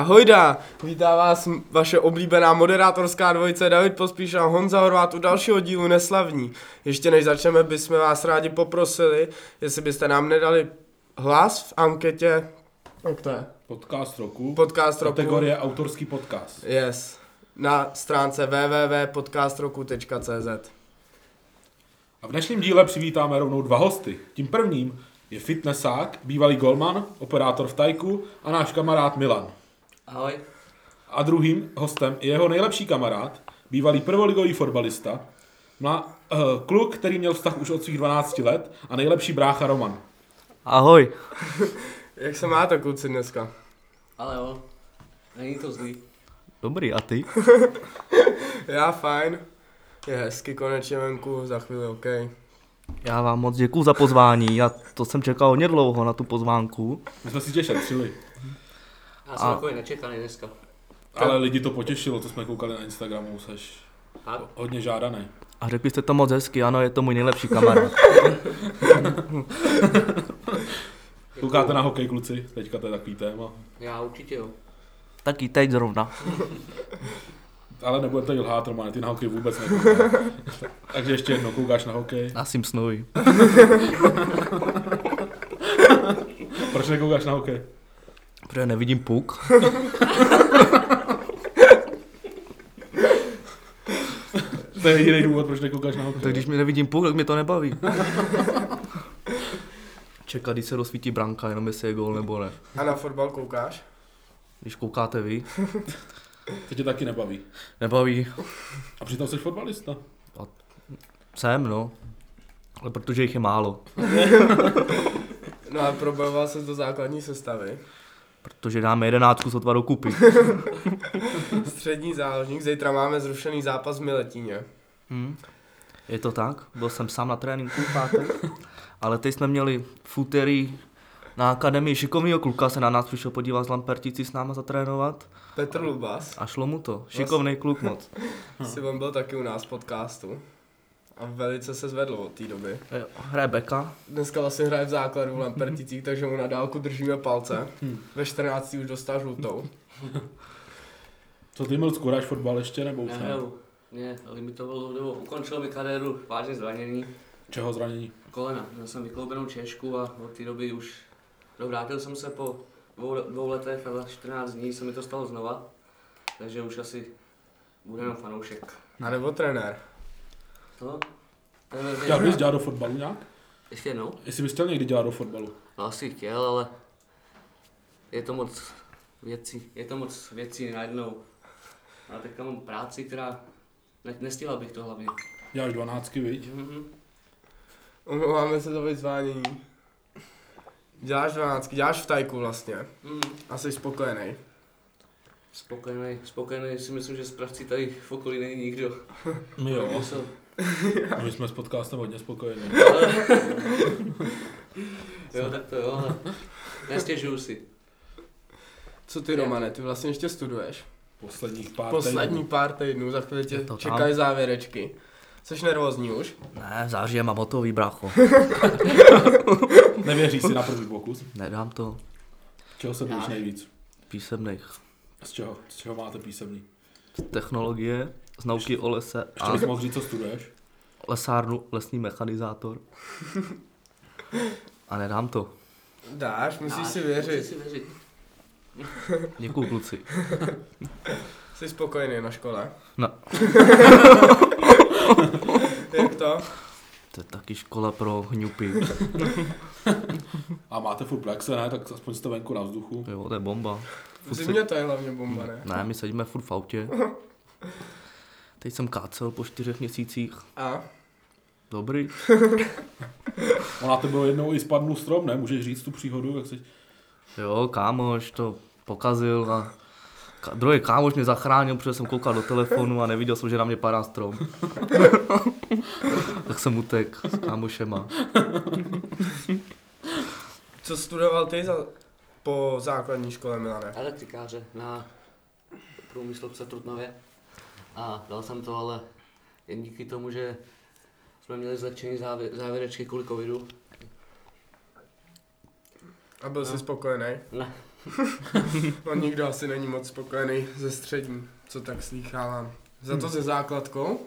Ahojda, vítá vás m- vaše oblíbená moderátorská dvojice David Pospíš a Honza Horvát u dalšího dílu Neslavní. Ještě než začneme, bychom vás rádi poprosili, jestli byste nám nedali hlas v anketě. Jak to je? Podcast roku. Podcast roku. Kategorie autorský podcast. Yes. Na stránce www.podcastroku.cz A v dnešním díle přivítáme rovnou dva hosty. Tím prvním je fitnessák, bývalý golman, operátor v tajku a náš kamarád Milan. Ahoj. A druhým hostem je jeho nejlepší kamarád, bývalý prvoligový fotbalista, mla, uh, kluk, který měl vztah už od svých 12 let a nejlepší brácha Roman. Ahoj. Jak se máte kluci dneska? Ale jo, není to zlý. Dobrý, a ty? Já fajn. Je hezky konečně venku, za chvíli OK. Já vám moc děkuju za pozvání, já to jsem čekal hodně dlouho na tu pozvánku. My jsme si tě šetřili, Já jsem A- takový nečekaný dneska. ale lidi to potěšilo, to jsme koukali na Instagramu, seš A hodně žádaný. A řekli jste to moc hezky, ano, je to můj nejlepší kamarád. Koukáte na hokej, kluci, teďka to je takový téma. já určitě jo. Taky teď zrovna. Ale nebudeme tady lhát, Romane, ty na hokej vůbec nekoukáš. Takže ještě jednou koukáš na hokej. Já si snuji. Proč nekoukáš na hokej? Protože nevidím puk. To je jediný důvod, proč nekoukáš na Tak hokej. když mi nevidím puk, tak mě to nebaví. Čekat, když se rozsvítí branka, jenom jestli je gol nebo ne. A na fotbal koukáš? Když koukáte vy, To tě taky nebaví. nebaví. A přitom jsi fotbalista. Jsem, no. Ale protože jich je málo. No a probojoval se do základní sestavy. Protože dáme jedenáctku sotva do kupy. Střední záložník, zítra máme zrušený zápas v Miletíně. Hmm. Je to tak, byl jsem sám na tréninku v pátek, ale teď jsme měli v úterý na akademii šikovného kluka, se na nás přišel podívat z Lampertici s náma zatrénovat Petr Lubas, a šlo mu to. Šikovný kluk moc. si on byl taky u nás v podcastu. A velice se zvedlo od té doby. Jo, Hraje beka, Dneska vlastně hraje v základu v Lamperticích, takže mu na dálku držíme palce. Ve 14. už dostal žlutou. Co ty, Milcku, hráš fotbal ještě nebo už ne? Nehraju. Ne, limitovalo, nebo ukončilo mi kariéru vážně zranění Čeho zranění? kolena. Měl jsem vykloubenou češku a od té doby už dovrátil jsem se po dvou, dvou letech a za 14 dní se mi to stalo znova. Takže už asi bude jenom fanoušek. A nebo trenér. No, to Chtěl bys je dělat do fotbalu nějak? Ještě jednou? Jestli bys chtěl někdy dělat do fotbalu. No asi chtěl, ale je to moc věcí, je to moc věcí najednou. A teďka mám práci, která ne, nestihla bych to hlavně. Děláš dvanáctky, viď? Mhm. Omlouváme se za vyzvánění. Děláš 12, děláš v tajku vlastně. Mhm. A jsi spokojený. Spokojený, spokojený si myslím, že z prací tady v okolí není nikdo. Jako My jo. Musel- My jsme s podcastem hodně spokojeni. Ale... jo, tak to jo, ale nestěžuju si. Co ty, Romane, ty vlastně ještě studuješ? Posledních pár Poslední týdnů. pár týdnů, za chvíli Je tě to tam. čekají závěrečky. Jsi nervózní už? ne, v září je mám hotový brácho, Nevěří si na první pokus. nedám to Čeho se bojíš Já. nejvíc? písemných Z čeho? Z čeho máte písemný? z technologie, z nauky o lese Ještě a bys mohl říct, co studuješ? lesárnu, lesní mechanizátor. A nedám to. Dáš, musíš Dáš, si věřit. Musíš si věřit. Děkuju kluci. Jsi spokojený na škole? No. Jak to? To je taky škola pro hňupy. A máte furt plexe, ne? Tak aspoň jste venku na vzduchu. Jo, to je bomba. V zimě to je hlavně bomba, ne? Ne, my sedíme furt v autě. Teď jsem kácel po čtyřech měsících. A? Dobrý. Ona to bylo jednou i spadnul strom, ne? Můžeš říct tu příhodu, jak jsi... Jo, kámoš to pokazil a ka- druhý kámoš mě zachránil, protože jsem koukal do telefonu a neviděl jsem, že na mě padá strom. tak jsem utek s kámošema. Co studoval ty za... po základní škole, Milane? elektrikáře na průmyslovce v Trutnově a dal jsem to, ale jen díky tomu, že jsme měli zlepšení závě- závěrečky kvůli covidu. A byl jsi spokojený? No. Ne, No nikdo asi není moc spokojený ze střední, co tak slýchávám. Za to se základkou,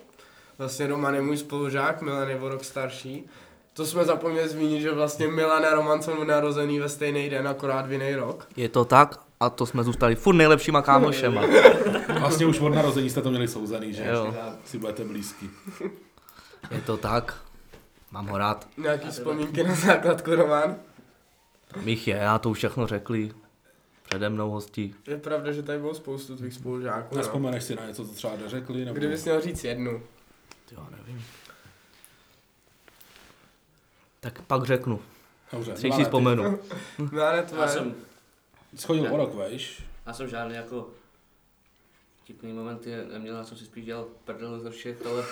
vlastně Roman je můj spolužák, Milan je o rok starší. To jsme zapomněli zmínit, že vlastně Milan a Roman jsou narozený ve stejný den, akorát v jiný rok. Je to tak a to jsme zůstali furt nejlepšíma kámošema. Vlastně už od narození jste to měli souzený, že? Jo. Si budete blízky. Je to tak. Mám ho rád. Nějaký vzpomínky na základku, Roman? Mich je, já to už všechno řekli. Přede mnou hostí. Je pravda, že tady bylo spoustu tvých spolužáků. No. Nespomeneš si na něco, co třeba neřekli? Nebo... Kdybys měl říct jednu. Já nevím. Tak pak řeknu. Dobře, Když si Milane, vzpomenu. Milane, Já No, tvoje. jsem, ty Schodil o rok, vejš? já jsem žádný jako vtipný momenty neměl, já jsem si spíš dělal prdel ze všech, ale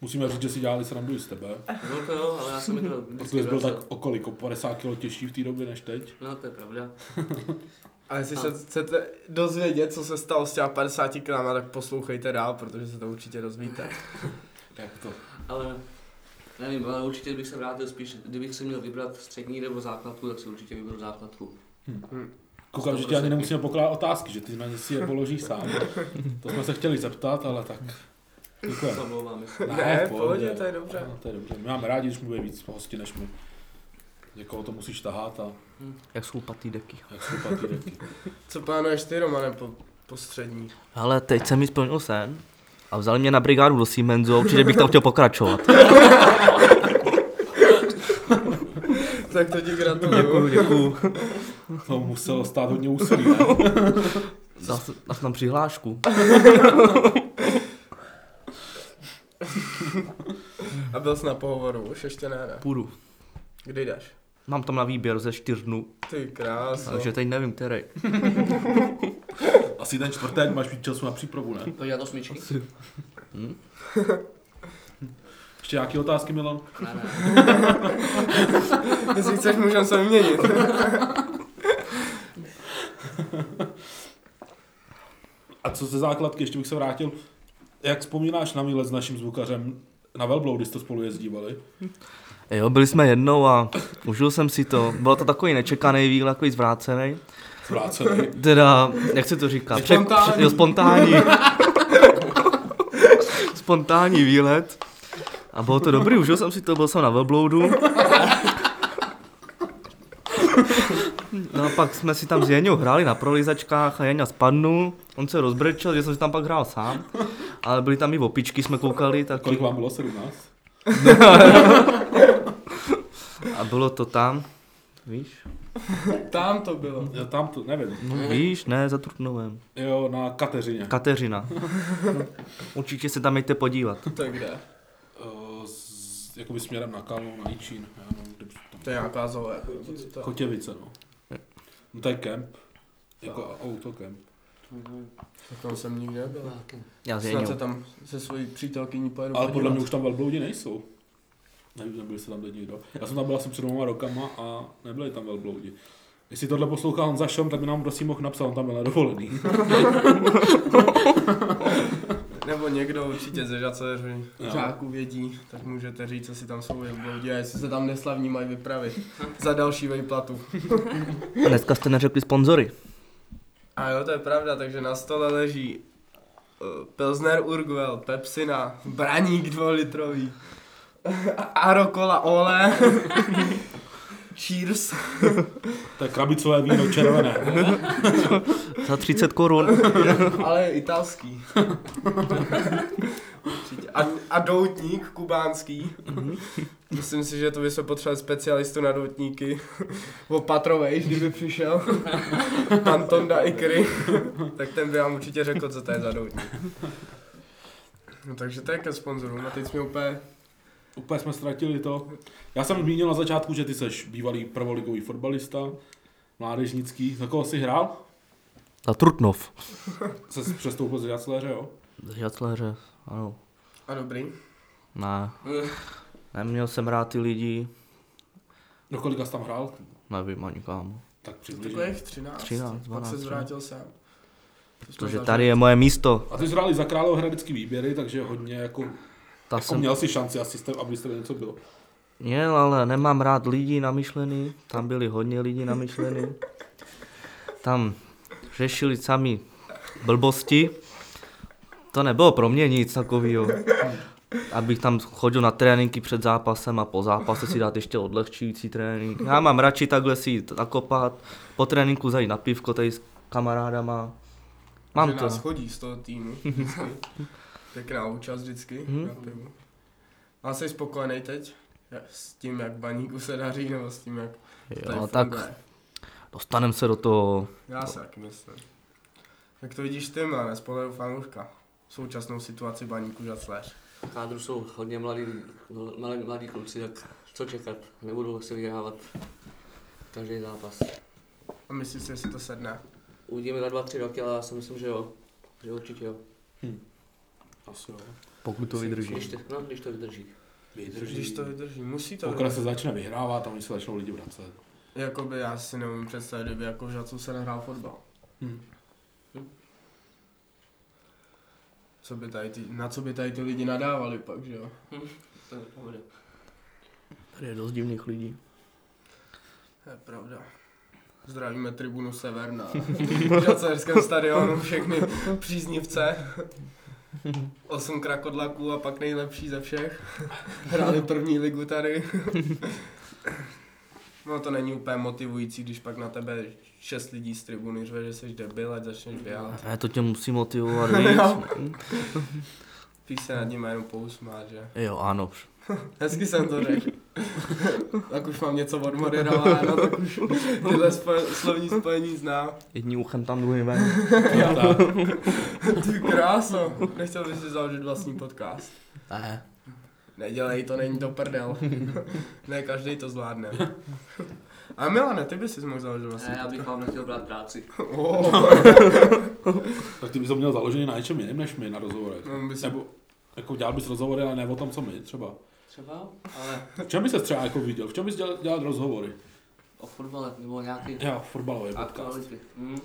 Musíme říct, že si dělali srandu i z tebe. bylo to jo, ale já jsem mi to vždycky Protože jsi byl tak vracel. o kolik, o 50 kg těžší v té době než teď. No to je pravda. A jestli se chcete dozvědět, co se stalo s těma 50 kg, tak poslouchejte dál, protože se to určitě dozvíte. Tak to. Ale nevím, ale určitě bych se vrátil spíš, kdybych si měl vybrat střední nebo základku, tak si určitě vyberu základku. Koukám, že ti ani nemusíme pokládat otázky, že ty na ně si je položíš sám. To jsme se chtěli zeptat, ale tak. Děkujeme. Co mluvám, jestli- Ne, v pohodě, to je dobře. Ano, No, to je dobře. My máme rádi, když mluví víc hosti než my. Někoho to musíš tahat a Jak jsou patý deky. jak jsou patý reky. Co plánuješ ty, Romane, po, po střední? Hele, teď jsem mi splnil sen a vzali mě na brigádu do Siemensu, a určitě bych tam chtěl pokračovat. Tak to ti gratuluju. Děkuju. To muselo stát hodně úsilí, ne? Dal jsem- dal jsem tam přihlášku. A byl jsi na pohovoru, už ještě ne, ne. Půjdu. Kdy jdeš? Mám tam na výběr ze čtyř dnů, Ty krása. takže teď nevím, který. Asi ten čtvrtek máš víc času na přípravu, ne? Pojď dělat osmičky? Ještě nějaké otázky, Milan? Ne, ne. Jestli chceš, můžeme se vyměnit. A co ze základky, ještě bych se vrátil. Jak vzpomínáš na výlet s naším zvukařem na Velblou, když jste spolu jezdívali? Jo, byli jsme jednou a užil jsem si to. Bylo to takový nečekaný výlet, takový zvrácený. Zvrácený. Teda, jak se to říká? Spontánní. jo, spontánní. spontánní výlet. A bylo to dobrý, užil jsem si to, byl jsem na velbloudu. No a pak jsme si tam s Jeňou hráli na prolízačkách a Jeňa spadnul. On se rozbrečel, že jsem si tam pak hrál sám. Ale byly tam i opičky, jsme koukali. Tak... Kolik vám bylo? 17? A bylo to tam. Víš? Tam to bylo. Já tam to nevím. No, víš, ne, za Trutnovem. Jo, na Kateřině. Kateřina. Určitě se tam jděte podívat. To je kde? Eh, s- jakoby směrem na Kalnou, na Jičín. Já nevím, kde tam. To je nějaká zole. jako, co to je? Kotěvice, no. No to je kemp. Jako autokemp. Tak tam jsem nikdy nebyl. Já s Snad Jeňou. se tam se svojí přítelkyní pojedu Ale podle mě podívat. už tam velbloudi nejsou. Nevím, nebyli se tam teď nikdo. Já jsem tam byl asi před dvěma rokama a nebyli tam velbloudi. Jestli tohle poslouchá Honza Šom, tak by nám prosím mohl napsat, on tam byl na dovolený. Nebo někdo určitě ze žaceři Jo. žáků vědí, tak můžete říct, co si tam jsou vybloudí a jestli se tam neslavní mají vypravit za další vejplatu. A dneska jste neřekli sponzory. A jo, to je pravda, takže na stole leží eh, Pilsner Urquell, Pepsina, Braník dvoulitrový, Arokola Ole, Cheers, To je krabicové víno červené. Za 30 korun. ale je italský. Určitě. A, a doutník kubánský. Myslím si, že to by se potřeboval specialistu na doutníky. Opatrovej, kdyby přišel. Anton da Ikry. tak ten by vám určitě řekl, co to je za doutník. No takže to je ke sponzorům a teď jsme úplně... Úplně jsme ztratili to. Já jsem zmínil na začátku, že ty seš bývalý prvoligový fotbalista, mládežnický. Za koho jsi hrál? Za Trutnov. Jsi přestoupil z Jacléře, jo? Za Žacléře, ano. A dobrý. Ne. Neměl jsem rád ty lidi. Do kolika jsi tam hrál? Nevím ani kam. Tak přibližně. Takových 13. 13, Pak 12, se no. zvrátil sám. To jsme Protože zažili. tady je moje místo. A ty jsi hrál i za Královéhradecký výběry, takže hodně jako Ta Jako jsem, měl si šanci asi, jste, abyste něco bylo. Jel, ale nemám rád lidi namyšlený, tam byli hodně lidí namyšlený. Tam řešili sami blbosti. To nebylo pro mě nic takového. Abych tam chodil na tréninky před zápasem a po zápase si dát ještě odlehčující trénink. Já mám radši takhle si jít nakopat, po tréninku zajít na pivko tady s kamarádama. Mám že to. nás chodí z toho týmu. Pěkná účast vždycky Mhm. na pivu. A jsi spokojený teď? Jak- S tím, jak baníku se daří, nebo s tím, jak tady Jo, no tak funguje? dostaneme se do toho. Já si taky myslím. Jak to vidíš ty, Mlane, z pohledu fanouška? Současnou situaci baníku žacléř. V kádru jsou hodně mladí, no, mladí, mladí kluci, tak co čekat, nebudou si vyhrávat každý zápas. A myslíš si, jestli to sedne? Uvidíme za dva, tři roky, ale já si myslím, že jo, že určitě jo. Asi jo. Pokud to Když, te, no, když to vydrží. Když to vydrží, musí to Pokud se začne vyhrávat, tam oni se začnou lidi vracet. Jakoby já si neumím představit, kdyby jako v Žacu se nehrál fotbal. Hmm. Co by tady ty, na co by tady ty lidi nadávali pak, že jo? To je pravda. Tady je dost divných lidí. To je pravda. Zdravíme tribunu Sever na Žacerském stadionu, všechny příznivce. Osm krakodlaků a pak nejlepší ze všech. Hráli první ligu tady. No to není úplně motivující, když pak na tebe šest lidí z tribuny řve, že jsi debil, ať začneš běhat. Ne, to tě musí motivovat víc. Jo. Spíš se nad ním jenom pousmát, že? jo, ano. Hezky jsem to řekl. tak už mám něco odmoderováno, tak už tyhle spo- slovní spojení znám. Jedním uchem tam, druhým ven. Jo, tak. Ty kráso, nechtěl bys si založit vlastní podcast. Ne. Nedělej to, není to prdel. ne, každý to zvládne. A Milane, ty bys si mohl založit vlastní Ne, já bych vám nechtěl brát práci. podcast. Oh, Tak ty bys to měl založený na něčem jiném než my na rozhovorech. no, by si... Nebo jako dělal bys rozhovory, ale ne o tom, co my třeba. Třeba, ale V čem bys se třeba jako viděl? V čem bys dělal, dělal rozhovory? o fotbale nebo nějaký Já, fotbalový podcast. aktuality. Hmm.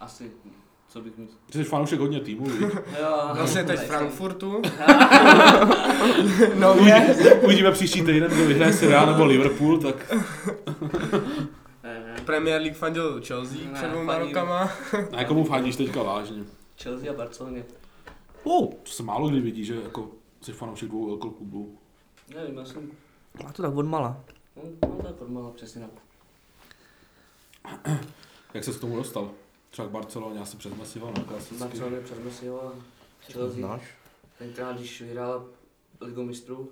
Asi, co bych mi... Ty jsi fanoušek hodně týmů, víš? Jo, Vlastně teď nejsem. Frankfurtu. no, je. Uvidíme příští týden, kdo vyhraje Real nebo Liverpool, tak Ne, ne. Premier League fandil Chelsea Ne, před dvouma fandím. rokama. na jakomu fandíš teďka vážně. Chelsea a Barceloně. Oh. To se málo kdy vidí, že jako jsi fanoušek dvou velkou klubů. Nevím, já jsem... A to tak odmala. No, no to je podmala přesně na Jak se k tomu dostal? Třeba k Barceloně, já se přes Messiho, no klasicky. Barceloně přednosil a Chelsea. Znáš? Tenkrát, když vyhrál Ligu mistrů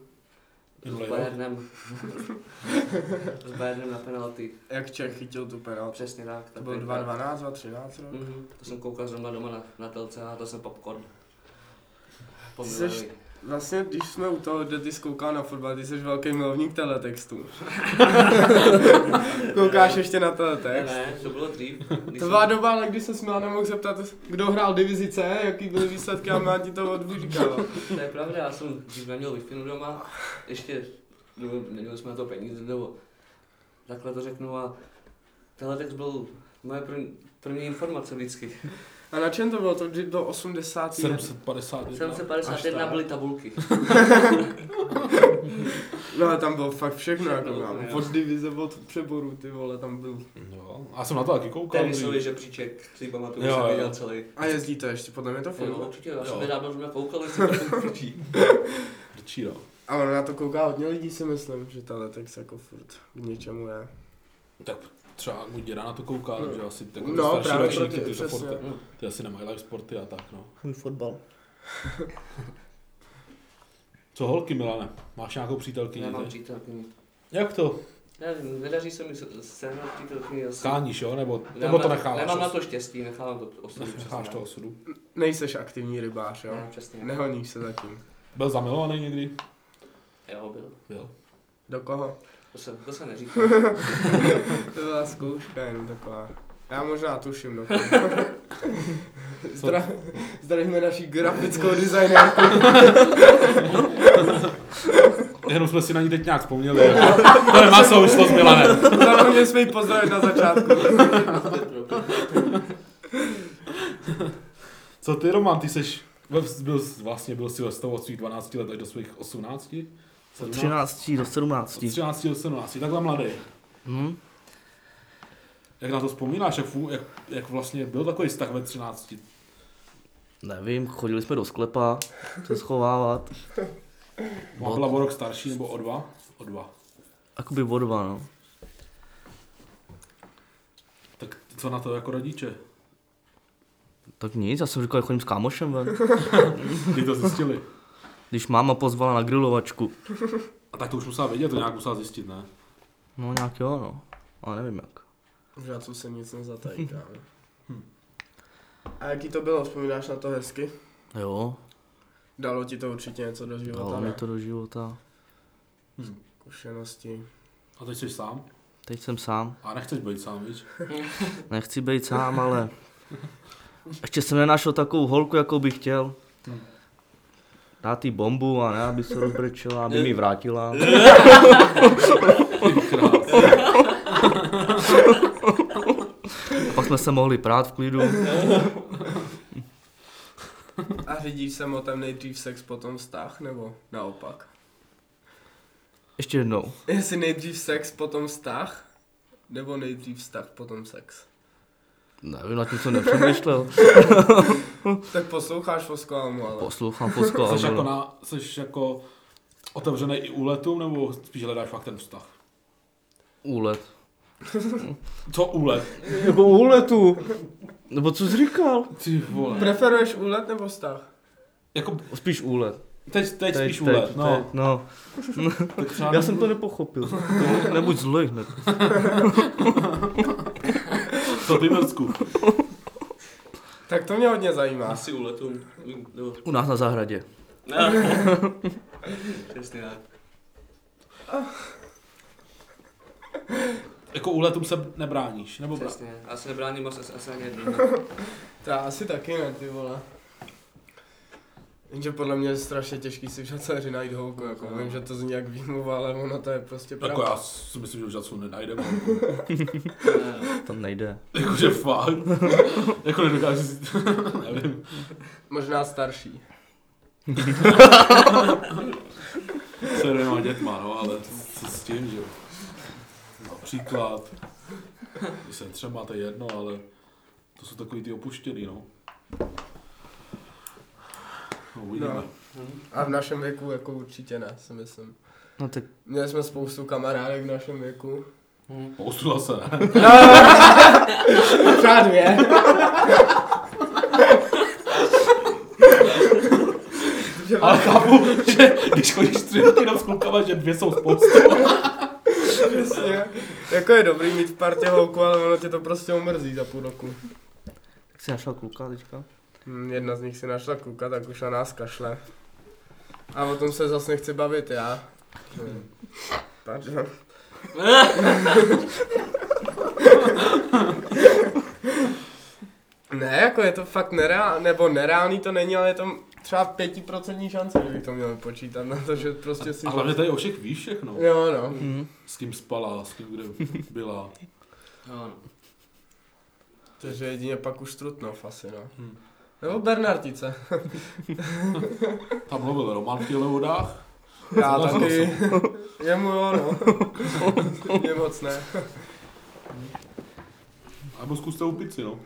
Minulý s rok. Bayernem, s Bayernem na penalty. Jak Čech chytil tu penaltu. Přesně tak. To tak bylo 2.12, tenkrát- 2.13 rok. Mhm, to jsem koukal zrovna doma na, na telce a to jsem popcorn. Jseš- Pomilový. Vlastně, když jsme u toho, kde ty jsi koukal na fotbal, ty jsi velký milovník teletextu. Koukáš ještě na Ne, teletext. ne, to bylo dřív. když To byla jsem- doba, ale když se Milan nemohl zeptat, kdo hrál divizi C, jaký byly výsledky a Milan ti to odříkal. To je pravda, já jsem dřív neměl wi doma, ještě nebo neměli jsme na to peníze, nebo takhle to řeknu a tenhle text byl moje první, první informace vždycky. A na čem to bylo? To kdy do 80. 751. 751 Až byly tabulky. No ale tam bylo fakt všechno, jako Všechno, mám. jo. Od divize, od přeboru, ty vole, tam byl. Jo, já jsem na to taky koukal. Tenisový dřív. žebříček, si pamatuju, Jo, že jsem jo. viděl celý. A jezdí to ještě, podle mě to Jo, funguje. No určitě, já jsem Jo. nedávno zrovna koukal, jestli to určitě. Prčí, no. A ono na to kouká hodně lidí, si myslím, že teletext jako furt k něčemu je. Tak třeba můj děda na to kouká, No. že asi tak No, starší právě ročníky, proto, ty, přesně. sporty, Hm. ty asi nemají live sporty a tak, no. Můj fotbal. Co holky, Milane? Máš nějakou přítelkyni? Já mám ty? přítelkyni. Jak to? Nevím, nedaří se mi s- sehnat přítelkyni asi. Káníš, jo? Nebo, Nemám nebo to na- necháváš? Nemám na to štěstí, nechávám to osobně. Necháš to osudu. Nejseš aktivní rybář, Jo, jo? přesně. Nehoníš se zatím. Byl zamilovaný někdy? Jo, byl. Byl. Do koho? To se, to se neříká. To byla zkouška jenom taková. Já možná tuším do Zdra... Zdravíme naší grafickou designérku. Jenom jsme si na ní teď nějak vzpomněli. jako. to nemá souvislost s Milanem. Zapomněli jsme ji pozdravit na začátku. Co ty, Roman, ty seš... Byl, byl, vlastně byl si ve stavu od svých 12 let až do svých 18? 17, Od 13 do 17. od 13 do 17, takhle mladý. Hm? Jak na to vzpomínáš, jak, fů- jak, jak vlastně byl takový vztah ve 13? Nevím, chodili jsme do sklepa se schovávat. Má byla o rok starší nebo o dva? O dva. Jakoby o dva, no. Tak co na to jako rodiče? Tak nic, já jsem říkal, že chodím s kámošem ven. Kdy to zjistili? Když máma pozvala na grilovačku. A tak to už musela vědět, to nějak musela zjistit, ne? No nějak jo, no. Ale nevím jak. Já tu se nic nezatají, kámo. Hm. A jaký to bylo? Vzpomínáš na to hezky? Jo, Dalo ti to určitě něco do života, dalo mi ne? to do života. Zkušenosti. A teď jsi sám? Teď jsem sám. A nechceš být sám, víš? Nechci být sám, ale ještě jsem nenašel takovou holku, jakou bych chtěl. Dát jí bombu a ne, aby se rozbrečela, aby mi vrátila. Krás. A pak jsme se mohli prát v klidu. A řídíš se motem nejdřív sex, potom vztah, nebo naopak? Ještě jednou. Jestli nejdřív sex, potom vztah, nebo nejdřív vztah, potom sex. Nevím, na tím jsem nepřemýšlel. Tak posloucháš Foskoalmu, ale... Poslouchám Fosko Jsi jako, a na, jsi jako otevřený i úletům, nebo spíš hledáš fakt ten vztah? úlet. Co úlet? Jako úletu. Nebo co jsi říkal? Ty vole. Preferuješ úlet nebo vztah? Jako Spíš úlet. teď, teď spíš úlet, no. teď, no. Tak třeba Já jsem to nepochopil. Nebuď zlej hned. Co ty mrzku? Tak to mě hodně zajímá. Asi u letu. No. U nás na zahradě. Přesně tak. Jako úletům se nebráníš, nebo brá... Přesně. Asi nebráním asi, asi ani jednou. To já asi taky ne, ty vole. Jenže podle mě je strašně těžký si v žaceři najít holku, jako No. vím, že to zní jak výmluva, ale ono to je prostě Jako pravda. já si myslím, že už žacu nenajdeme. Ne, no. Tam nejde. Jakože fakt. jako nedokážu si... nevím. Možná starší. Se dvěma dětma, no, ale co s tím, že jo. Například. Když se třeba, to je jedno, ale to jsou takový ty opuštěný, no. No, uvidíme. No. A v našem věku jako určitě ne, si myslím. No tak Měli jsme spoustu kamarádek v našem věku. Hm. Poustula se, ne? Třeba dvě. Ale chápu, že když chodíš tři roky s klukama, že dvě jsou spoustu. Přesně. Jako je dobrý mít v partě holku, ale ono tě to prostě umrzí za půl roku. jak jsi našel kluka teďka? Hm, Jedna z nich si našla kluka, tak už na nás kašle. A o tom se zase nechci bavit já. Hm. Pardon. Ne, jako je to fakt nereálný, nebo nereálný to není, ale je to třeba pětiprocentní šance, že bych to měl počítat na to, že prostě si... A hlavně tady o všech víš všechno. Jo, no. Mm. S kým spala, s kým kde byla. Jo, no. Takže jedině pak už Trutnov asi, no. Hmm. Nebo Bernardice. Tam mluvil Roman v těle vodách. Já Co tam taky. Jemu jo, no. Mě moc ne. A nebo zkuste u pici, no.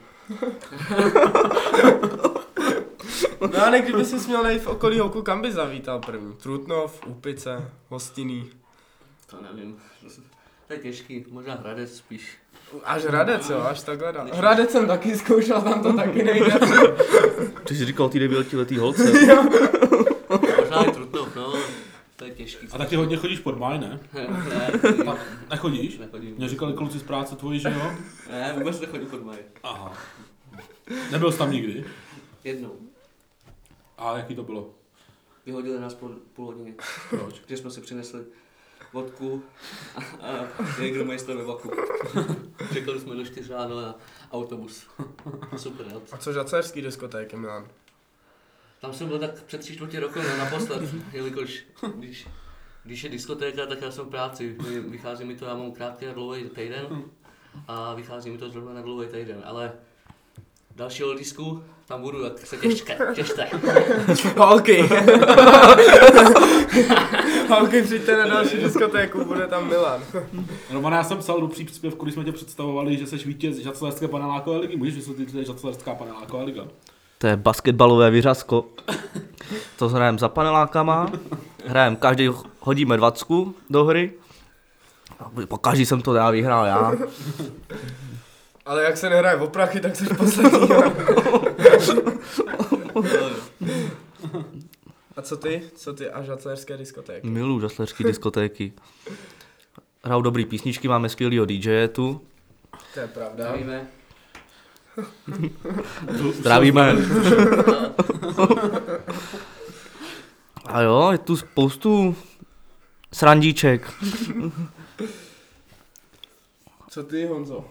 No a ne, kdyby jsi měl najít v okolí holku, kam by zavítal první? Trutnov, Úpice, Hostiný. To nevím. To je těžký, možná Hradec spíš. Až Hradec, jo, až takhle dál. Hradec jsem taky zkoušel, tam to taky nejde. Ty jsi říkal ty devětiletý holce. Možná i Trutnov, no. To je těžký. A taky hodně chodíš pod máj, ne? Ne, ne, Tak nechodíš? nechodím. Mě říkali kluci z práce tvoji, že jo? Ne, vůbec nechodím pod Maj. Aha. Nebyl jsi tam nikdy? Jednou. A jaký to bylo? Vyhodili nás po půl hodině, Proč? že jsme si přinesli vodku a, a Jägermeister ve vaku. Čekali jsme do čtyř ráno na autobus. Super, jo. A co žacerský diskotéky, Milan? Tam jsem byl tak před tři čtvrtě roku no, naposled, jelikož když, když je diskotéka, tak já jsem v práci. Vy- Vychází mi to, já mám krátký a dlouhý týden a vychází mi to zrovna na dlouhý týden, ale dalšího disku tam budu, tak se těžte, těžte. Holky. Holky, přijďte na další diskotéku, bude tam Milan. Roman, já jsem psal do příspěvku, když jsme tě představovali, že jsi vítěz Žacelerské panelákové ligy. Můžeš vysvětlit, co je Žacelerská paneláková liga? To je basketbalové vyřazko. To hrajeme za panelákama, hrajeme, každý hodíme dvacku do hry. A po každý jsem to já vyhrál já. Ale jak se nehraje o prachy, tak se poslední. A co ty? Co ty a žaclerské diskotéky? Miluju žaslerský diskotéky. Hrajou dobrý písničky, máme skvělýho DJ tu. To je pravda. Zdravíme. Zdravíme. A jo, je tu spoustu srandíček. Co ty, Honzo?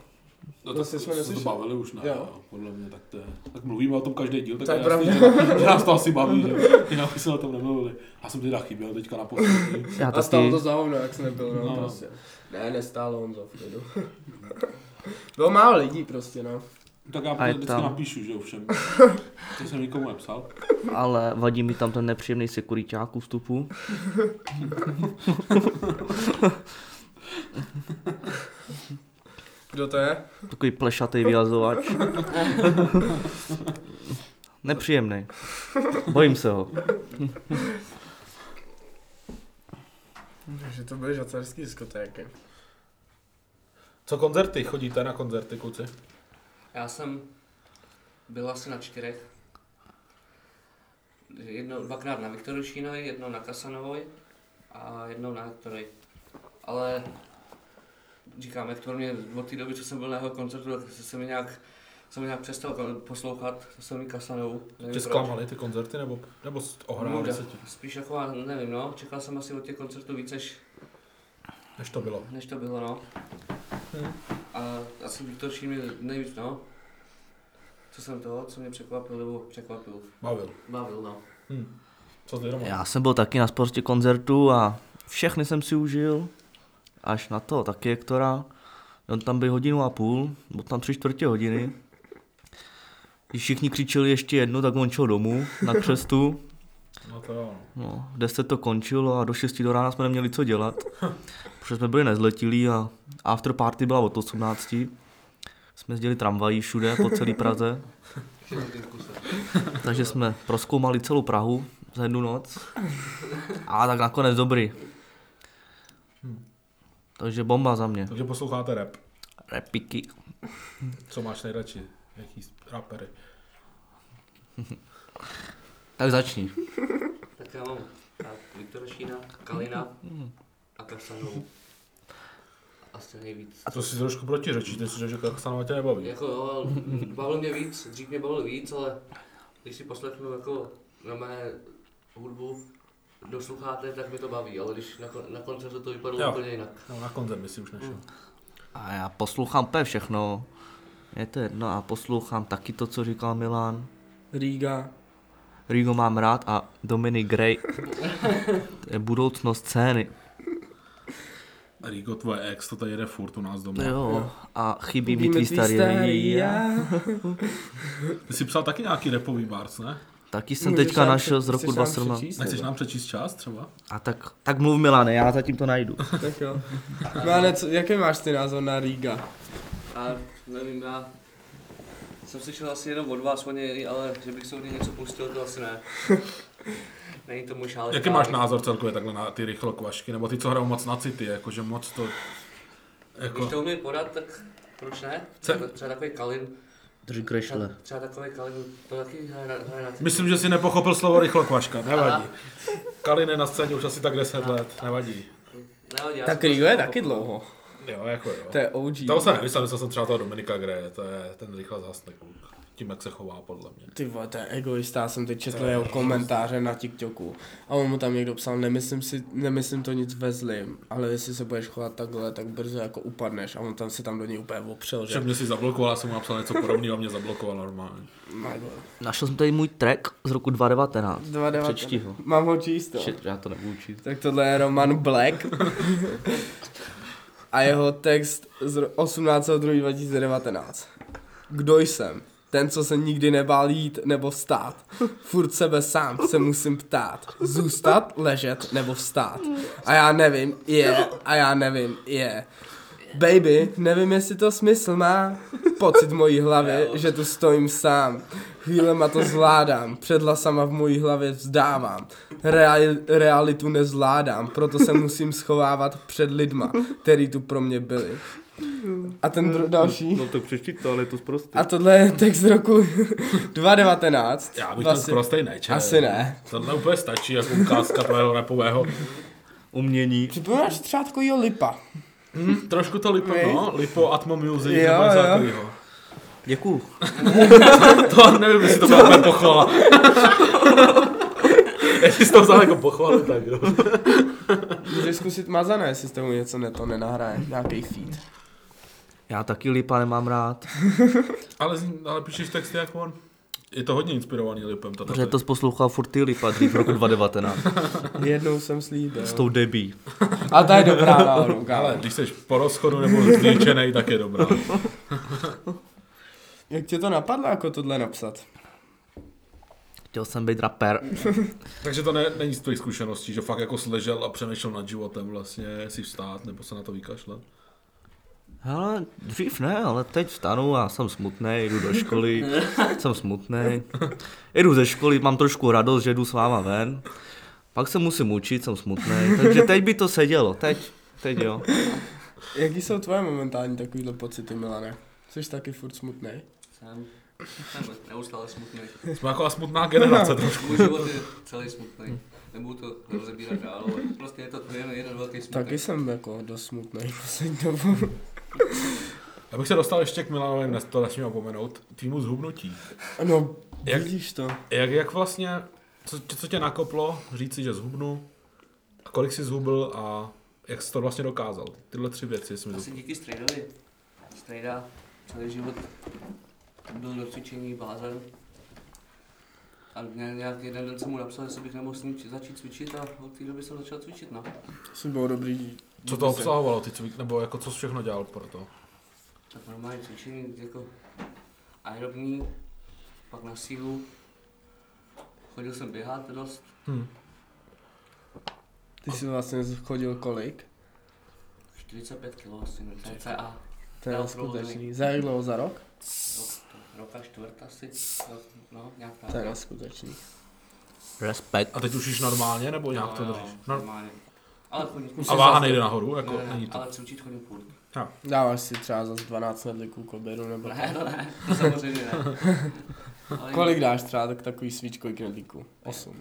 No Vlastně jsme se to neslyšeli. bavili už, ne? Jo. Jo. Podle mě, tak to je. Tak mluvíme o tom každý díl, tak To je je jasný, že, že nás to asi baví, že? jo. Jinak jsme o tom nemluvili. Já jsem teda chyběl teďka na poslední. Já A stálo taky. to za hovno, jak jsi nebyl, no, No. no. prostě. Ne, nestálo Honzo, v klidu. Bylo málo lidí prostě, no. Tak já A je vždycky tam. napíšu, že jo, všem. To jsem nikomu nepsal. Ale vadí mi tam ten nepříjemný sekuriťák u vstupu. Kdo to je? Takový plešatý vyhazovač. Nepříjemný. Bojím se ho. Že to byly žacerský diskotéky. Co koncerty? Chodíte na koncerty, kluci? Já jsem byl asi na čtyřech. Jedno, dvakrát na Viktorušínoj, jednou na Kasanovoj a jednou na Hektoroj. Ale říkám, Hektor mě od té doby, co jsem byl na jeho koncertu, tak se mi nějak jsem nějak přestal kon- poslouchat, to jsem mi Kasanovou. nevím Tě proč. zklamali ty koncerty nebo, nebo Nuda. ohráli se ti, Spíš taková, nevím no, čekal jsem asi od těch koncertů víc, než, než to bylo? než to bylo no. A asi Viktor Šín mi nejvíc no. Co jsem toho, co mě překvapil, nebo překvapil. Bavil. Hm. Bavil, no. Co ty Roman? Já jsem byl taky na spoustě koncertů a všechny jsem si užil. Až na to taky Hektora. On tam byl hodinu a půl, byl tam tři čtvrtě hodiny. Když všichni křičeli ještě jednu, tak on šel domů na křestu. No to jo. No, v 10 to končilo a do 6 do rána jsme neměli co dělat, protože jsme byli nezletilí a after party byla od 18. Jsme jezdili tramvají všude po celé Praze, takže jsme proskoumali celou Prahu za jednu noc. A tak nakonec dobrý. Takže bomba za mě. Takže posloucháte rap. Repiky. Co máš nejradši? Jaký rapery? Tak začni. Tak já mám rád Viktora Šína, Kalina a Kasanovou. Asi nejvíc. A to si trošku protiřečí, ty si řekl, že Kaksanova tě nebaví. Jako jo, ale bavil mě víc, dřív mě bavil víc, ale když si poslechnu jako na mé hudbu do sluchátek, tak mi to baví, ale když na, kon- na koncertu to vypadlo Jo. úplně jinak. No, na koncert by si už nešel. Mm. A já poslouchám úplně všechno. Je to jedno a poslouchám taky to, co říkal Milan. Riga. Rigo mám rád a Dominic Gray. To je budoucnost scény. Rigo, tvoje ex, to tady jede furt u nás doma. Jo. A chybí mi tvý starý Ria. Ty jsi psal taky nějaký repový bars, ne? Taky jsem teďka našel z roku 2017. Nechceš nám přečíst část třeba? A tak, tak mluv Milane, já zatím to najdu. Tak jo. Máne, No co, jaký máš ty názor na Riga? A nevím, já jsem slyšel asi jenom od vás o něj, ale že bych se od něj něco pustil, to asi ne. Není to můj šálek. Jaký máš názor celkově takhle na ty rychlokvašky, nebo ty, co hrajou moc na city, jakože moc to... Když Jako, to umí podat, tak proč ne? Co? Třeba takový Kalin, Drž třeba, krešle. třeba takový Kalin, to taky hraje na, hraje na ty. myslím, že jsi nepochopil slovo rychlokvaška, nevadí. Kalin je na scéně už asi tak 10 let, nevadí. Nevadí, já Tak jsem- prostě Rigo je taky dlouho. Jo, jako jo. To je OG. Tam se nevysel, jsem třeba toho Dominika Greje, to je ten rychle zhasne kluk. Tím, jak se chová, podle mě. Ty vole, to je egoista, já jsem teď četl jeho komentáře na TikToku a on mu tam někdo psal, nemyslím, si, nemyslím to nic ve zlým, ale jestli se budeš chovat takhle, tak brzo jako upadneš a on tam se tam do něj úplně opřel, že? Že mě si zablokoval, já jsem mu napsal něco podobného, mě zablokoval normálně. My God. Našel jsem tady můj track z roku 2019. 2019. Přečti ho. Mám ho číst, jo. Shit, já to nebudu číst. Tak tohle je Roman Black a jeho text z ro- 18.2.2019. Kdo jsem? Ten, co se nikdy nebál jít nebo vstát. Furt sebe sám se musím ptát. Zůstat, ležet nebo vstát. A já nevím, je, a já nevím, je. Baby, nevím, jestli to smysl má. Pocit v mojí hlavě, že tu stojím sám. Chvílema to zvládám, předla sama v mojí hlavě vzdávám. Reali- realitu nezvládám, proto se musím schovávat před lidma, který tu pro mě byli. A ten dru- další. No tak přečti to, ale je to zprostý. A tohle je text z roku 2019. Já bych Vlastně- ten prostej nečel. Asi ne. Tohle úplně stačí jako ukázka tvého rapového. Umění. Připomínáš třeba takovýho lipa. Hm, Trošku to lipo, Hej. no, lipo, atmo music, Jo, nebo něco jo. takového. Děkuju. To nevím, jestli to byla úplně pochvala. jestli jsi to vzal jako pochvalu, tak jo. Můžeš zkusit mazané, jestli s tebou něco ne, to nenahraje. Nějaký feed. Já taky lipa nemám rád, Ale, z- ale píšeš texty jako on. Je to hodně inspirovaný lipem. Tato protože to poslouchal furt ty lipa dřív roku 2019. Jednou jsem slíbil. S tou debí. A ta je dobrá náhodou, Ale kámo. když jsi po rozchodu nebo zlíčenej, tak je dobrá. Jak tě to napadlo, jako tohle napsat? Chtěl jsem být rapper. Takže to ne, není z tvých zkušeností, že fakt jako sležel a přemýšlel nad životem vlastně, si vstát nebo se na to vykašlat. Hele, dřív ne, ale teď vstanu a jsem smutný, jdu do školy, jsem smutný. Jdu ze školy, mám trošku radost, že jdu s váma ven. Pak se musím učit, jsem smutný. Takže teď by to sedělo, teď, teď jo. Jaký jsou tvoje momentální takovýhle pocity, Milane? Jsi taky furt smutný? Jsem jsem neustále smutný. Jsme jako smutná No. generace trošku. Můj život je celý smutný. Nebudu to rozebírat dál, ale prostě je to jen jeden velký smutek. Taky jsem jako dost smutný poslední dobu. Já bych se dostal ještě k Milanovi, dnes to nesmím opomenout, týmu zhubnutí. No, Jak- vidíš to? Jak, jak vlastně, co, co tě nakoplo říct si, že zhubnu, a kolik jsi zhubil a jak jsi to vlastně dokázal? Tyhle tři věci jsi mi Asi díky Strejdovi. Strejda celý život byl do cvičení blázen. A ně- nějak jeden den jsem mu napsal, jestli bych nemohl s ním či- začít cvičit a od té doby jsem začal cvičit, no. Jsi byl dobrý. Co to obsahovalo, ty cvik, nebo jako co jsi všechno dělal pro to? Tak normálně cvičení jako aerobní, pak na sílu. Chodil jsem běhat dost, Ty jsi vlastně chodil kolik? 45 kg asi, no, cca. To je Já neskutečný. opravdu Za jak dlouho? Za rok? Rok- Roka čtvrt asi, rok- no, nějak tak. To je neskutečný. Respekt. A teď už jíš normálně, nebo nějak No, to jo, držíš? No, normálně. Ale chodím, a váha nejde nahoru, jako ne, není ne, to. ale cvičit chodím furt. Dáváš si třeba za 12 nedliků k obědu nebo... Ne, to ne, to samozřejmě ne. Ale Kolik dáš třeba tak takový svíčkový knedlíku? 8.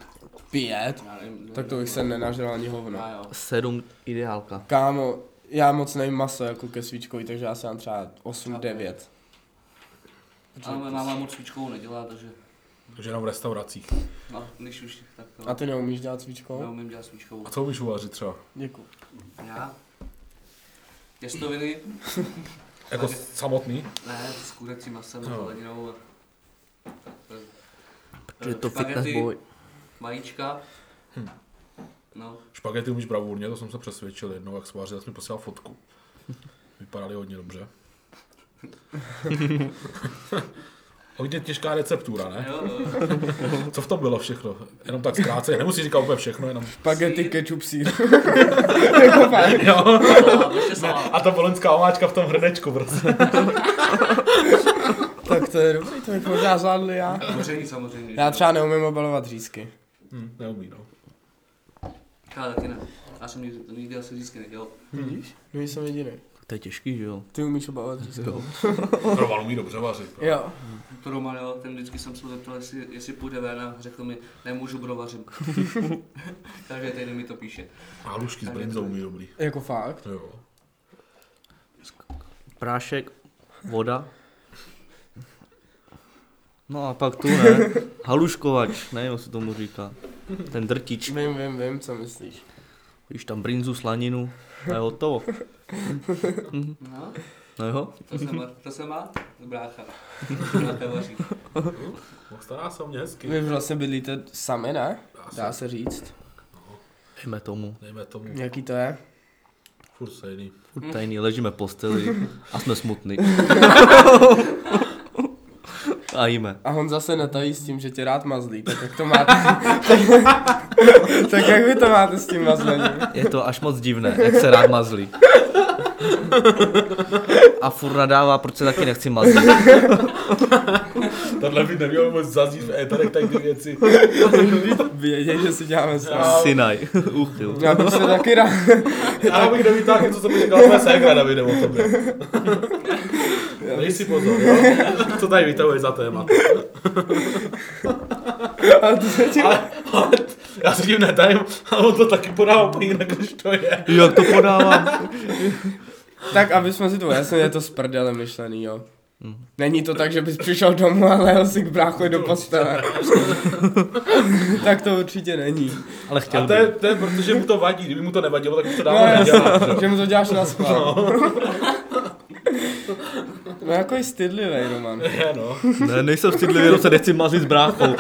5? Já nevím, Tak to bych se nenažral ani hovno. Já jo. Sedm ideálka. Kámo, já moc nejím maso jako ke svíčkovi, takže já si dám třeba 8, 9. Ale moje máma moc svíčkovou nedělá, takže Takže jenom v restauracích. no, když už tak to A ty neumíš dělat svíčkou? neumím dělat svíčkovou. A co umíš uvařit třeba? Děkuji. Já? Těstoviny? Jako samotný? Ne, s kurecím masem, No. zeleninou a Je to fitness boy. Malíčka. No, Špagety umíš bravurně, to jsem se přesvědčil jednou, jak svářil, tak mi posílal fotku. Vypadaly hodně dobře. hodně těžká receptura, ne? jo, jo. Co v tom bylo všechno? Jenom tak zkrátce, nemusíš říkat úplně všechno, jenom... Spaghetti, Sýr. ketchup, sír. Jako Jo. Salám, ještě salám. A ta polenská omáčka v tom hrnečku prostě. tak to je dobrý, to bych možná zvládl já. Koření samozřejmě. Já třeba neumím obalovat řízky. Hm, neumí, no. Já taky ne. Já jsem nikdy, to nikdy asi vždycky nedělal. Vidíš? No jsem jediný. To je těžký, že jo. Ty umíš obalovat řízky. Roman umí dobře vařit. prostě. Pro. Jo. To Roman, jo, ten vždycky jsem se ho zeptal, jestli, jestli půjde ven a řekl mi, nemůžu brovařit. Každý týden mi to píše. Halušky s brinzou umí dobrý. Jako fakt. Jo. Prášek, voda. No a pak tu ne, haluškovač, nevím, jak se tomu říká. Ten drtič. Vím, vím, vím, co myslíš. Víš tam brinzu, slaninu a je hotovo. No, No jo, to se má, to se má, brácha. Brácha vaří. No, stará se o mě hezky. Vy vlastně bydlíte sami, ne? Dá Dá se. se říct. dejme tomu. Dejme Hmm. tomu Jaký to je? furt stejný. Furt tajný, ležíme v posteli a jsme smutný. A jíme. A Honza se netají s tím, že tě rád mazlí, tak jak to máte? tak, tak jak vy to máte s tím mazlením? Je to až moc divné, jak se rád mazlí. A furt nadává, proč se taky nechci mazlit. Tohle by nemělo moc zaznít v éterech, tak ty věci. Vědět, že si děláme srandu. Sinaj, uchyl. Já bych se taky rád... Já bych nevytáhl něco, co by říkala tvoje ségra, Davide, o tobě. Dej si pozor, jo? Co tady vytahuješ za téma? Ale to se ti... Ale, ale já si tím netajím, ale on to taky podává úplně jinak, než to je. Jak to podávám? Tak, aby jsme si to jasně, je to z prdele myšlený, jo. Není to tak, že bys přišel domů a lehel si k bráchovi do postele. tak to určitě není. Ale A chtěl to bych. je, to je, protože mu to vadí, kdyby mu to nevadilo, tak už to No, dávno nedělá. jasně, že mu to děláš na schvál. No jako i stydlivý, Roman. Je, no. Ne, nejsem stydlivý, jenom se nechci mazlit s bráchou.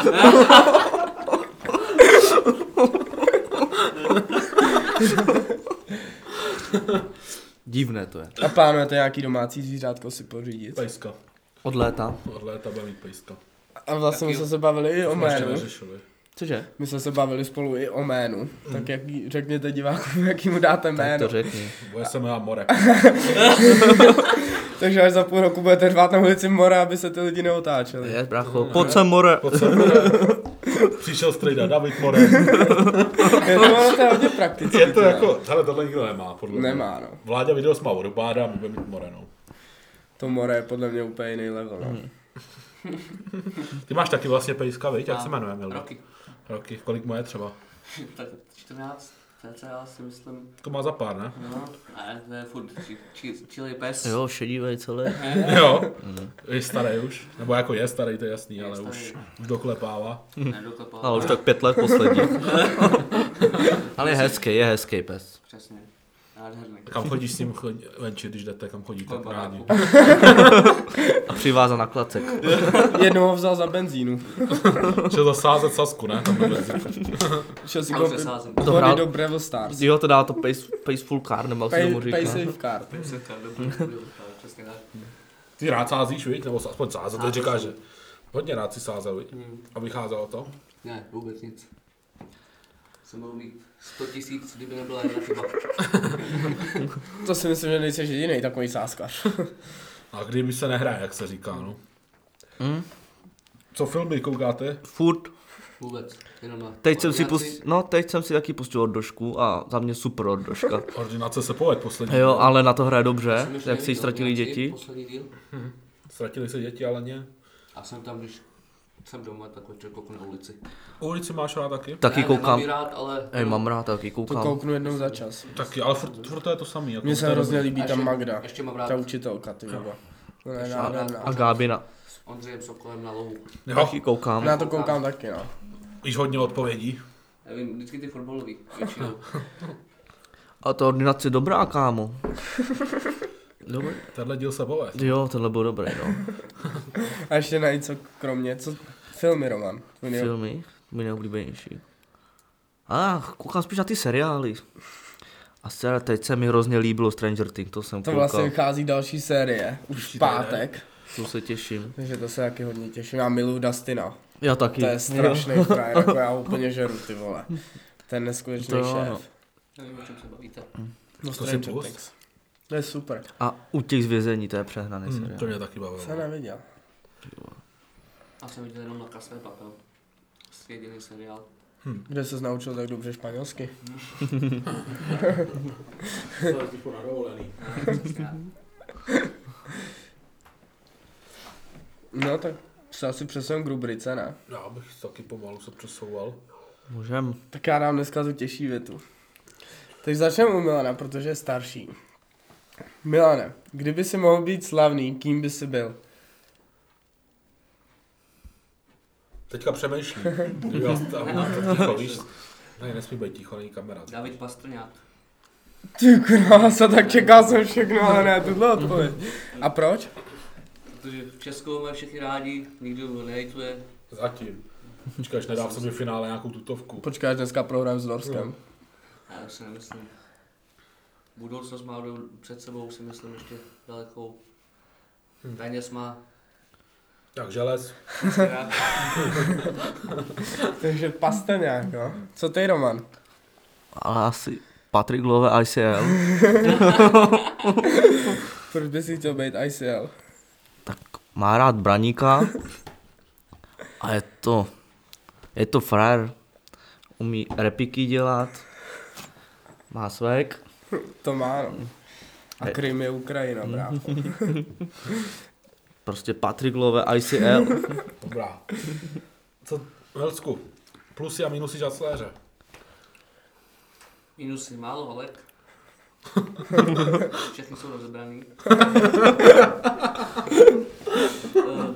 Divné to je. A plánujete nějaký domácí zvířátko si pořídit. Pejska. Od léta. Od léta bude mít pejska. A vlastně my jsme se bavili i o To ještě jménu. neřešili. Cože? My jsme se bavili spolu i o jménu. Tak jaký, řekněte divákům, jaký mu dáte Tak no. jméno. to řekni. Bude se jmenovat More. Takže až za půl roku budete řvát na ulici Mora, aby se ty lidi neotáčeli. Je, brácho, pojď sem, more. Pod se More. Přišel strejda David More. Je to, ono, to je hodně praktické. Je to jako, hele, tohle nikdo nemá, podle mě. Nemá, no. Vláďa video má vodopáda a my budeme mít Moreno. To more je podle mě úplně jiný level, no. Ty máš taky vlastně pejska, viď? Jak se jmenuje, Mildo? Roky. Roky. Kolik moje třeba? Tak 14 cca si myslím. To Jako má za pár, ne? No, ne, to je furt či, či, čilej pes. Jo, šedivej celý. Jo. Je starý už. Nebo jako je starý, to je jasný, ale Mhm. starý. už, už doklepává. Nedoklepal. Ale už tak pět let poslední. Ale je hezký, je hezký pes. Přesně. Nádherný. Kam chodíš s ním chodí, venčit, když jdete, kam chodíte? Kolem Rádi. baráku. A přivázan na klacek. Jednou ho vzal za benzínu. Šel zasázet sasku, ne? Tam vedle zdi. Šel si Já už koupit nesázím. To hrál- body do Breville Stars. Jo, to dá to pace, paceful car, nebo jak se Pay, tomu říká. pay safe card. Přesně tak. Ty rád sázíš, viď? Nebo aspoň sázet, to říkáš, že hodně rád si sázel, viď? Mm. A vycházelo to? Ne, vůbec nic. Jsem mohl mít 100 tisíc, kdyby nebyla jedna chyba. To si myslím, že nejsi jediný takový sáskař. A kdyby se nehraje, jak se říká, no. Hmm? Co filmy koukáte? Furt. Vůbec. Jenom na Teď jsem si ordinaci. pust... No, teď jsem si taky pustil od došku a za mě super od doška. Ordinace se poved poslední. Jo, ale na to hraje dobře, Jsem ještě jak si ji neviděl ztratili ordinaci, děti. Poslední díl. Ztratili se děti, ale ne. A jsem tam, když jsem doma, tak večer kouknu na ulici. Ulici máš rád taky? Taky ne, koukám. Nemám ji rád, ale... Ej, mám rád, taky To koukám. kouknu jednou za čas. Taky, ale furt, furt to je to samý. Jako Mně se to je hrozně dobrý. líbí A tam ještě- Magda, Ještě mám rád ta učitelka, ty vole. No, ne, A, ne, ne, a ne. Gábina. s Ondřejem Sokolem na lohu. Jo, Taky koukám. Na to koukám taky, no. víš hodně odpovědí. Já vím, vždycky ty fotbalový, většinou. A to ordinace dobrá, kámo. Dobrý. Tenhle díl se poved. Jo, tenhle byl dobrý, no. A ještě na něco kromě, co filmy, Roman. Tvůj nej- Filmy, můj nejoblíbenější. A koukám spíš na ty seriály. A se, teď se mi hrozně líbilo Stranger Things, to jsem To koukal. vlastně vychází další série, už v pátek, To se těším. takže to se taky hodně těším. Já miluju Dustina, Já taky. to je strašný frajer, jako já ho úplně žeru, ty vole. Ten To neskutečný jo, no. šéf. Nevím, o čem se bavíte. No, To si Hm, Stranger pus. Things. To je super, A u těch z vězení, to je přehnaný hmm, seriál. To mě taky bavilo. jsem neviděl. Já jsem viděl jenom na kasé papel. Prostě Jediný seriál. Kde se naučil tak dobře španělsky? No tak se asi přesun k rubrice, ne? Já bych taky pomalu se přesouval. Můžem. Tak já dám dneska tu těžší větu. Teď začneme u Milana, protože je starší. Milane, kdyby si mohl být slavný, kým by si byl? Teďka přemýšlím. Kdyby já stavu, tak ticho, jako, víš. Ne, nesmí být ticho, není kamera. David Pastrňák. Ty krása, tak čekal jsem všechno, ale ne, tuhle odpověď. A proč? Protože v Česku máme všichni rádi, nikdo ho nehejtuje. Zatím. Počkej, až nedám se mi v finále nějakou tutovku. Počkej, až dneska prohrám s Norskem. Já už si nemyslím. Budoucnost má do- před sebou, si myslím, ještě dalekou. Peněz má Tak želez. Takže pasteňák, jo. Co ty, Roman? Ale asi Patrick Love ICL. Proč bys si chtěl být ICL? tak má rád braníka a je to, je to frajer, umí repiky dělat, má svek. To má, no. A Krym je Ukrajina, brácho. prostě Patrick Love, ICL, Dobrá. Co, Velsku, plusy a minusy žacléře. Minusy, málo holek. Všechny jsou rozebraný. Eh,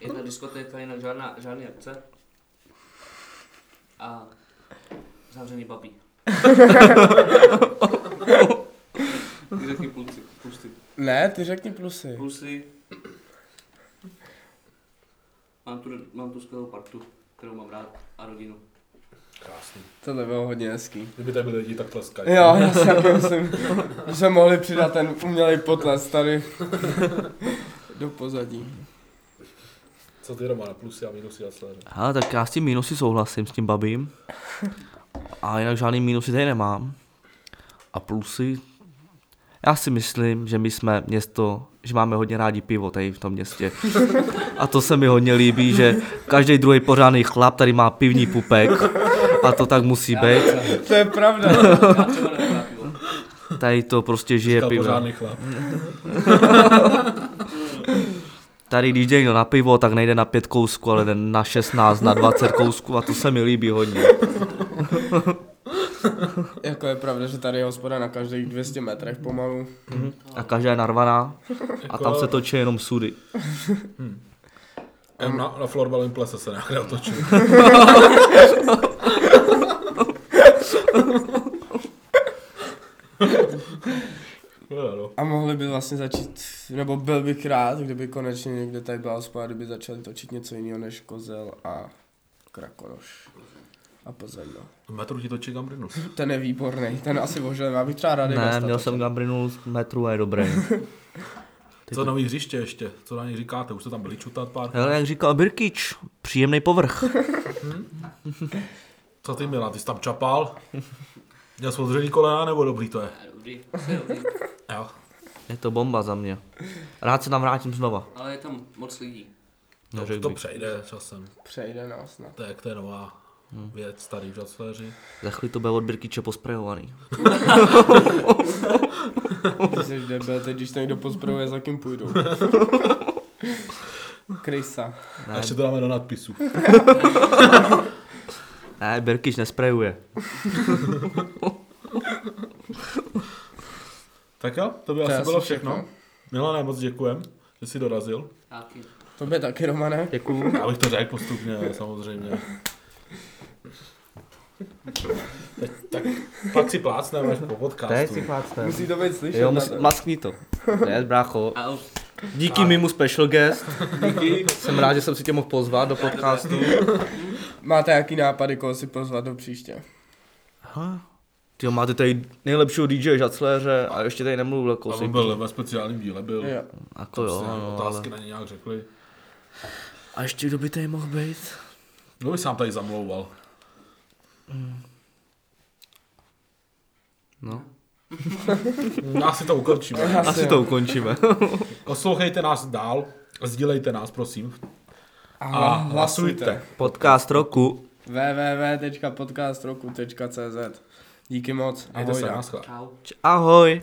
jedna diskotéka, jinak žádná, žádný akce. A zavřený babí. Ty řekni plusy, plusy. Ne, ty řekni plusy. Plusy. Mám tu, mám tu skvělou partu, kterou mám rád a rodinu. Krásný. Tohle bylo hodně hezký. Kdyby tady byli lidi, tak tleskají. Jo, já si taky myslím, že jsme mohli přidat ten umělej potles tady do pozadí. Co ty, Romane, plusy a minusy žacléře? Hele, tak já s tím minusy souhlasím, s tím babím. A jinak žádný minusy tady nemám. A plusy, já si myslím, že my jsme město, že máme hodně rádi pivo tady v tom městě. A to se mi hodně líbí, že každý druhý pořádný chlap tady má pivní pupek. A to tak musí být. To je pravda. Já třeba nemám pivo. Tady to prostě žije Říkal pivo. Mm. pořádný chlap. Tady když jde někdo na pivo, tak nejde na pět kousků, ale jde na 16, na 20 kousků a to se mi líbí hodně. Jako je pravda, že tady je hospoda na každých 200 metrech pomalu. A každá je narvaná a tam se točí jenom sudy. Jen Na, na florbalovém plese se nějak neotočil. No, no. A mohli by vlastně začít, nebo byl bych rád, kdyby konečně někde tady byla hospoda, kdyby začali točit něco jiného než kozel a krakonoš. A pozadno. V metru ti točí Gambrinus. Ten je výborný, ten asi ožil, já bych třeba rád Ne, měl jsem Gambrinu z metru a je dobrý. Co nový hřiště ještě? Co na něj říkáte? Už jste tam byli čutat pár? Hele, jak říkal Birkič, příjemný povrch. Co ty Milan, ty jsi tam čapal? Měl jsi odřený kolena nebo dobrý to je? Dobrý, to je dobrý. Jo. Je to bomba za mě. Rád se tam vrátím znova. Ale je tam moc lidí. To, Neřekl No, to bych. přejde časem. Přejde no, nás na. To je, to je nová věc tady v Žacléři. Za chvíli to bude od Birkiče posprejovaný. Ty jsi debil, teď když to někdo pozdravuje, za kým půjdu. Krysa. A ještě to dáme do nadpisu. Ne, Birkič nesprejuje. Tak jo, to To by je asi asi bylo všechno. všechno. Milané, moc děkujem, že jsi dorazil. Taky. Tobě taky, Romane. Děkuju. Já bych to řekl postupně, samozřejmě. Teď, tak pak si plácneme až po podcastu. plácte. Musí to být slyšet. Jo, na musí, to. maskni to. Ne, brácho. A Díky mému special guest. Díky. Jsem rád, že jsem si tě mohl pozvat do podcastu. Máte jaký nápady, koho si pozvat do příště? Ty máte tady nejlepšího DJ žacléře a ještě tady nemluvil jako A si. on byl ve speciálním díle, byl. Jo. Ako jo, si no, ale... otázky na ně nějak řekli. A ještě kdo by tady mohl být? Kdo by sám No, tady zamlouval? No. Asi to ukončíme. Asi, Asi jo. to ukončíme. Poslouchejte nás dál, sdílejte nás, prosím. A A hlasujte. hlasujte. Podcast roku. www.podcastroku.cz Díky moc. Mějte Ahoj. se, naschle. čau. Ahoj.